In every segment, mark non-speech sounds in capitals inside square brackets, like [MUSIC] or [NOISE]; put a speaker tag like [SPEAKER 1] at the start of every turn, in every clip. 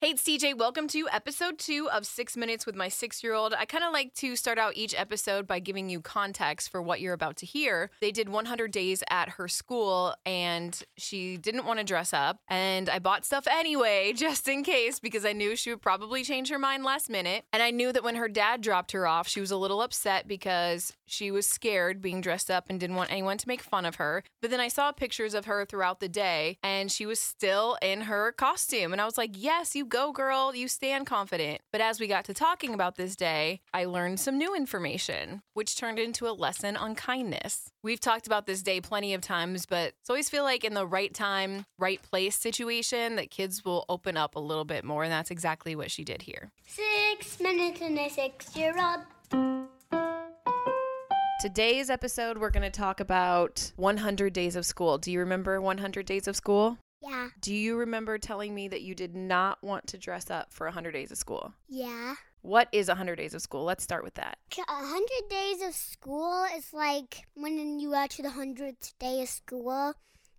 [SPEAKER 1] Hey, it's CJ. Welcome to episode two of Six Minutes with My Six Year Old. I kind of like to start out each episode by giving you context for what you're about to hear. They did 100 days at her school and she didn't want to dress up. And I bought stuff anyway, [LAUGHS] just in case, because I knew she would probably change her mind last minute. And I knew that when her dad dropped her off, she was a little upset because she was scared being dressed up and didn't want anyone to make fun of her. But then I saw pictures of her throughout the day and she was still in her costume. And I was like, yes, you go girl, you stand confident. But as we got to talking about this day, I learned some new information, which turned into a lesson on kindness. We've talked about this day plenty of times, but it's always feel like in the right time, right place situation that kids will open up a little bit more. And that's exactly what she did here.
[SPEAKER 2] Six minutes and a six year old.
[SPEAKER 1] Today's episode, we're going to talk about 100 days of school. Do you remember 100 days of school?
[SPEAKER 2] Yeah.
[SPEAKER 1] Do you remember telling me that you did not want to dress up for 100 days of school?
[SPEAKER 2] Yeah.
[SPEAKER 1] What is 100 days of school? Let's start with that.
[SPEAKER 2] A hundred days of school is like when you go to the hundredth day of school,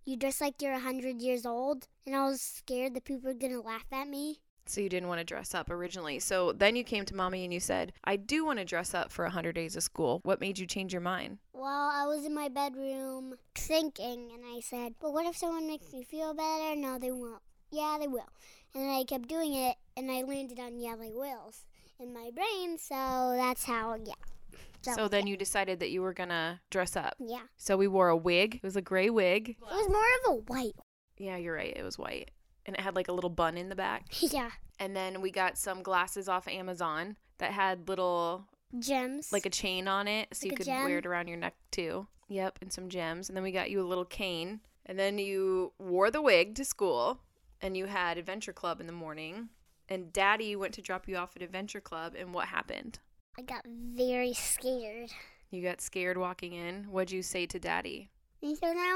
[SPEAKER 2] you dress like you're a hundred years old. And I was scared that people were gonna laugh at me.
[SPEAKER 1] So you didn't want to dress up originally. So then you came to mommy and you said, I do want to dress up for 100 days of school. What made you change your mind?
[SPEAKER 2] Well, I was in my bedroom thinking, and I said, "But what if someone makes me feel better?" No, they won't. Yeah, they will. And I kept doing it, and I landed on yeah, they wills in my brain. So that's how. Yeah.
[SPEAKER 1] So then you decided that you were going to dress up.
[SPEAKER 2] Yeah.
[SPEAKER 1] So we wore a wig. It was a gray wig.
[SPEAKER 2] It was more of a white.
[SPEAKER 1] Yeah, you're right. It was white. And it had like a little bun in the back.
[SPEAKER 2] [LAUGHS] yeah.
[SPEAKER 1] And then we got some glasses off Amazon that had little
[SPEAKER 2] Gems.
[SPEAKER 1] like a chain on it so
[SPEAKER 2] Like
[SPEAKER 1] you
[SPEAKER 2] a
[SPEAKER 1] could
[SPEAKER 2] gem?
[SPEAKER 1] wear it around your neck too. Yep, and some gems. And then we got you a little cane. And then you wore the wig to school and you had adventure club in the morning. And daddy went to drop you off at adventure club and what happened?
[SPEAKER 2] I got very scared.
[SPEAKER 1] You got scared walking in. What'd you say to daddy?
[SPEAKER 2] He said, I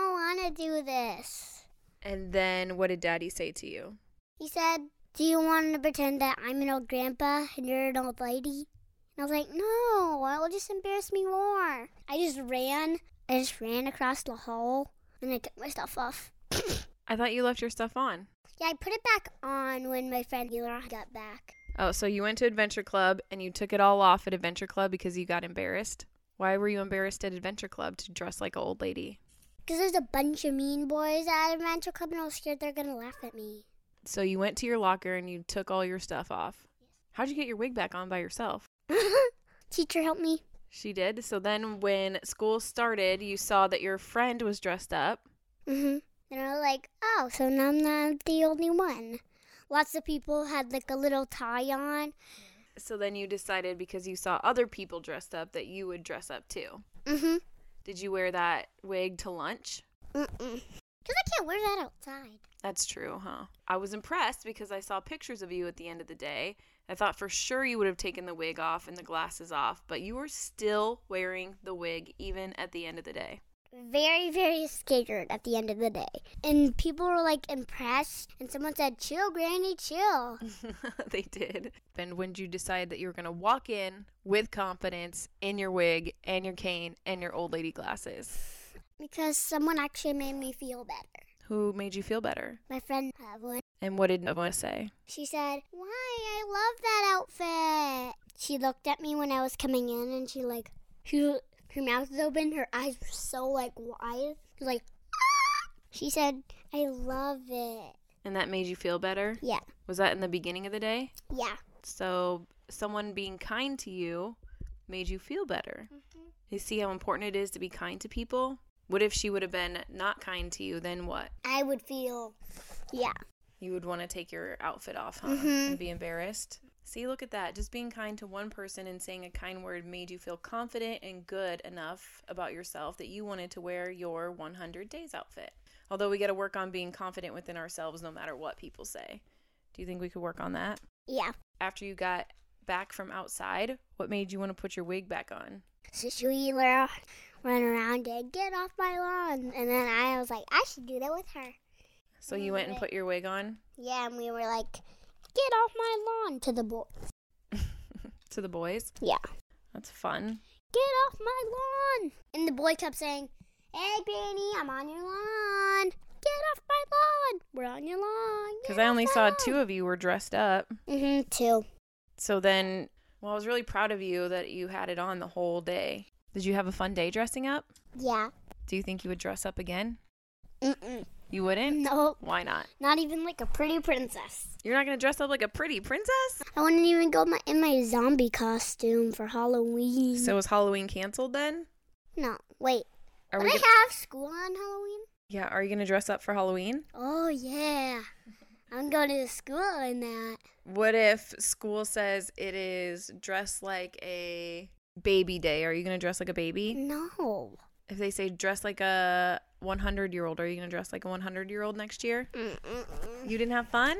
[SPEAKER 2] don't want to do this.
[SPEAKER 1] And then what did daddy say to you?
[SPEAKER 2] He said, Do you want to pretend that I'm an old grandpa and you're an old lady? And I was like, No, it'll just embarrass me more. I just ran. I just ran across the hall and I took my stuff off.
[SPEAKER 1] I thought you left your stuff on.
[SPEAKER 2] Yeah, I put it back on when my friend Elon got back.
[SPEAKER 1] Oh, so you went to adventure club and you took it all off at adventure club because you got embarrassed? Why were you embarrassed at adventure club to dress like an old lady?
[SPEAKER 2] Because there's a bunch of mean boys at Adventure Club and I was scared they're going to laugh at me. [LAUGHS]
[SPEAKER 1] So you went to your locker and you took all your stuff off. How'd you get your wig back on by yourself?
[SPEAKER 2] Teacher, help me.
[SPEAKER 1] She did. So then when school started, you saw that your friend was dressed up.
[SPEAKER 2] Mm-hmm. And I was like, oh, so now I'm not the only one. Lots of people had like a little tie on.
[SPEAKER 1] So then you decided because you saw other people dressed up that you would dress up too.
[SPEAKER 2] Mm-hmm.
[SPEAKER 1] Did you wear that wig to lunch?
[SPEAKER 2] Mm-mm. Because I can't wear that outside.
[SPEAKER 1] That's true, huh? I was impressed because I saw pictures of you at the end of the day. I thought for sure you would have taken the wig off and the glasses off, but you were still wearing the wig even at the end of the day.
[SPEAKER 2] Very, very scared at the end of the day. And people were like impressed. And someone said, chill, Granny, chill.
[SPEAKER 1] [LAUGHS] they did. And when did you decide that you were going to walk in with confidence in your wig and your cane and your old lady glasses?
[SPEAKER 2] Because someone actually made me feel better.
[SPEAKER 1] Who made you feel better?
[SPEAKER 2] My friend Evelyn,
[SPEAKER 1] And what did Nova say?
[SPEAKER 2] she said, why, I love that outfit. She looked at me when I was coming in and she like, her, her mouth was open. Her eyes were so like wide. She was like, "Ah!" She said, I love it.
[SPEAKER 1] And that made you feel better?
[SPEAKER 2] Yeah.
[SPEAKER 1] Was that in the beginning of the day?
[SPEAKER 2] Yeah.
[SPEAKER 1] So, someone being kind to you made you feel better. You see how important it is to be kind to people? What if she would have been not kind to you? Then what?
[SPEAKER 2] I would feel, yeah.
[SPEAKER 1] You would want to take your outfit off, huh? And be embarrassed. See, look at that. Just being kind to one person and saying a kind word made you feel confident and good enough about yourself that you wanted to wear your 100 days outfit. Although we got to work on being confident within ourselves no matter what people say. Do you think we could work on that?
[SPEAKER 2] Yeah.
[SPEAKER 1] After you got back from outside, what made you want to put your wig back on?
[SPEAKER 2] So she ran around and get off my lawn. And then I was like, I should do that with her.
[SPEAKER 1] So you went and put your wig on
[SPEAKER 2] Yeah, and we were like, get off my lawn to the boy.
[SPEAKER 1] to the boys?
[SPEAKER 2] Yeah.
[SPEAKER 1] That's fun.
[SPEAKER 2] Get off my lawn. And the boy kept saying, Hey, Granny, I'm on your lawn. Get Get off my lawn. We're on your lawn.
[SPEAKER 1] Because I only saw two of you were dressed up.
[SPEAKER 2] Mm-hmm. Two.
[SPEAKER 1] So then, well, I was really proud of you that you had it on the whole day. Did you have a fun day dressing up?
[SPEAKER 2] Yeah.
[SPEAKER 1] Do you think you would dress up again?
[SPEAKER 2] Mm-mm. [LAUGHS]
[SPEAKER 1] You wouldn't?
[SPEAKER 2] Nope.
[SPEAKER 1] Why not?
[SPEAKER 2] Not even like a pretty princess.
[SPEAKER 1] You're not going to dress up like a pretty princess?
[SPEAKER 2] I wouldn't even go my, in my zombie costume for Halloween.
[SPEAKER 1] So is Halloween canceled then?
[SPEAKER 2] no, wait.
[SPEAKER 1] Are
[SPEAKER 2] Would
[SPEAKER 1] we
[SPEAKER 2] I
[SPEAKER 1] gonna,
[SPEAKER 2] have school on Halloween?
[SPEAKER 1] Yeah, are you going to dress up for Halloween?
[SPEAKER 2] Oh yeah. I'm going to school in that.
[SPEAKER 1] What if school says it is dress like a baby day? Are you going to dress like a baby?
[SPEAKER 2] No.
[SPEAKER 1] If they say dress like a 100 year old, are you going to dress like a 100 year old next year?
[SPEAKER 2] Mm-mm-mm.
[SPEAKER 1] You didn't have fun?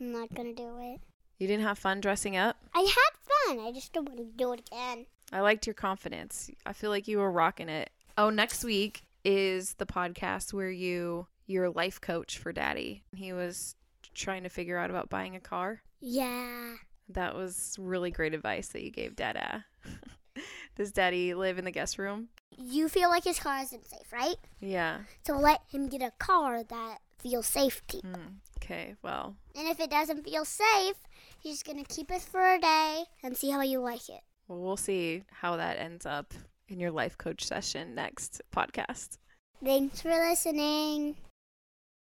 [SPEAKER 2] I'm not gonna do it.
[SPEAKER 1] You didn't have fun dressing up?
[SPEAKER 2] I had fun. I just don't want to do it again.
[SPEAKER 1] I liked your confidence. I feel like you were rocking it. Oh, next week is the podcast where you your life coach for daddy. He was trying to figure out about buying a car.
[SPEAKER 2] Yeah.
[SPEAKER 1] That was really great advice that you gave Dada. [LAUGHS] Does daddy live in the guest room?
[SPEAKER 2] You feel like his car isn't safe, right?
[SPEAKER 1] Yeah.
[SPEAKER 2] So let him get a car that feels safe to you.
[SPEAKER 1] Mm, okay. Well,
[SPEAKER 2] And if it doesn't feel safe, he's gonna keep it for a day and see how you like it.
[SPEAKER 1] well, we'll see how that ends up in your life coach session next podcast.
[SPEAKER 2] Thanks for listening.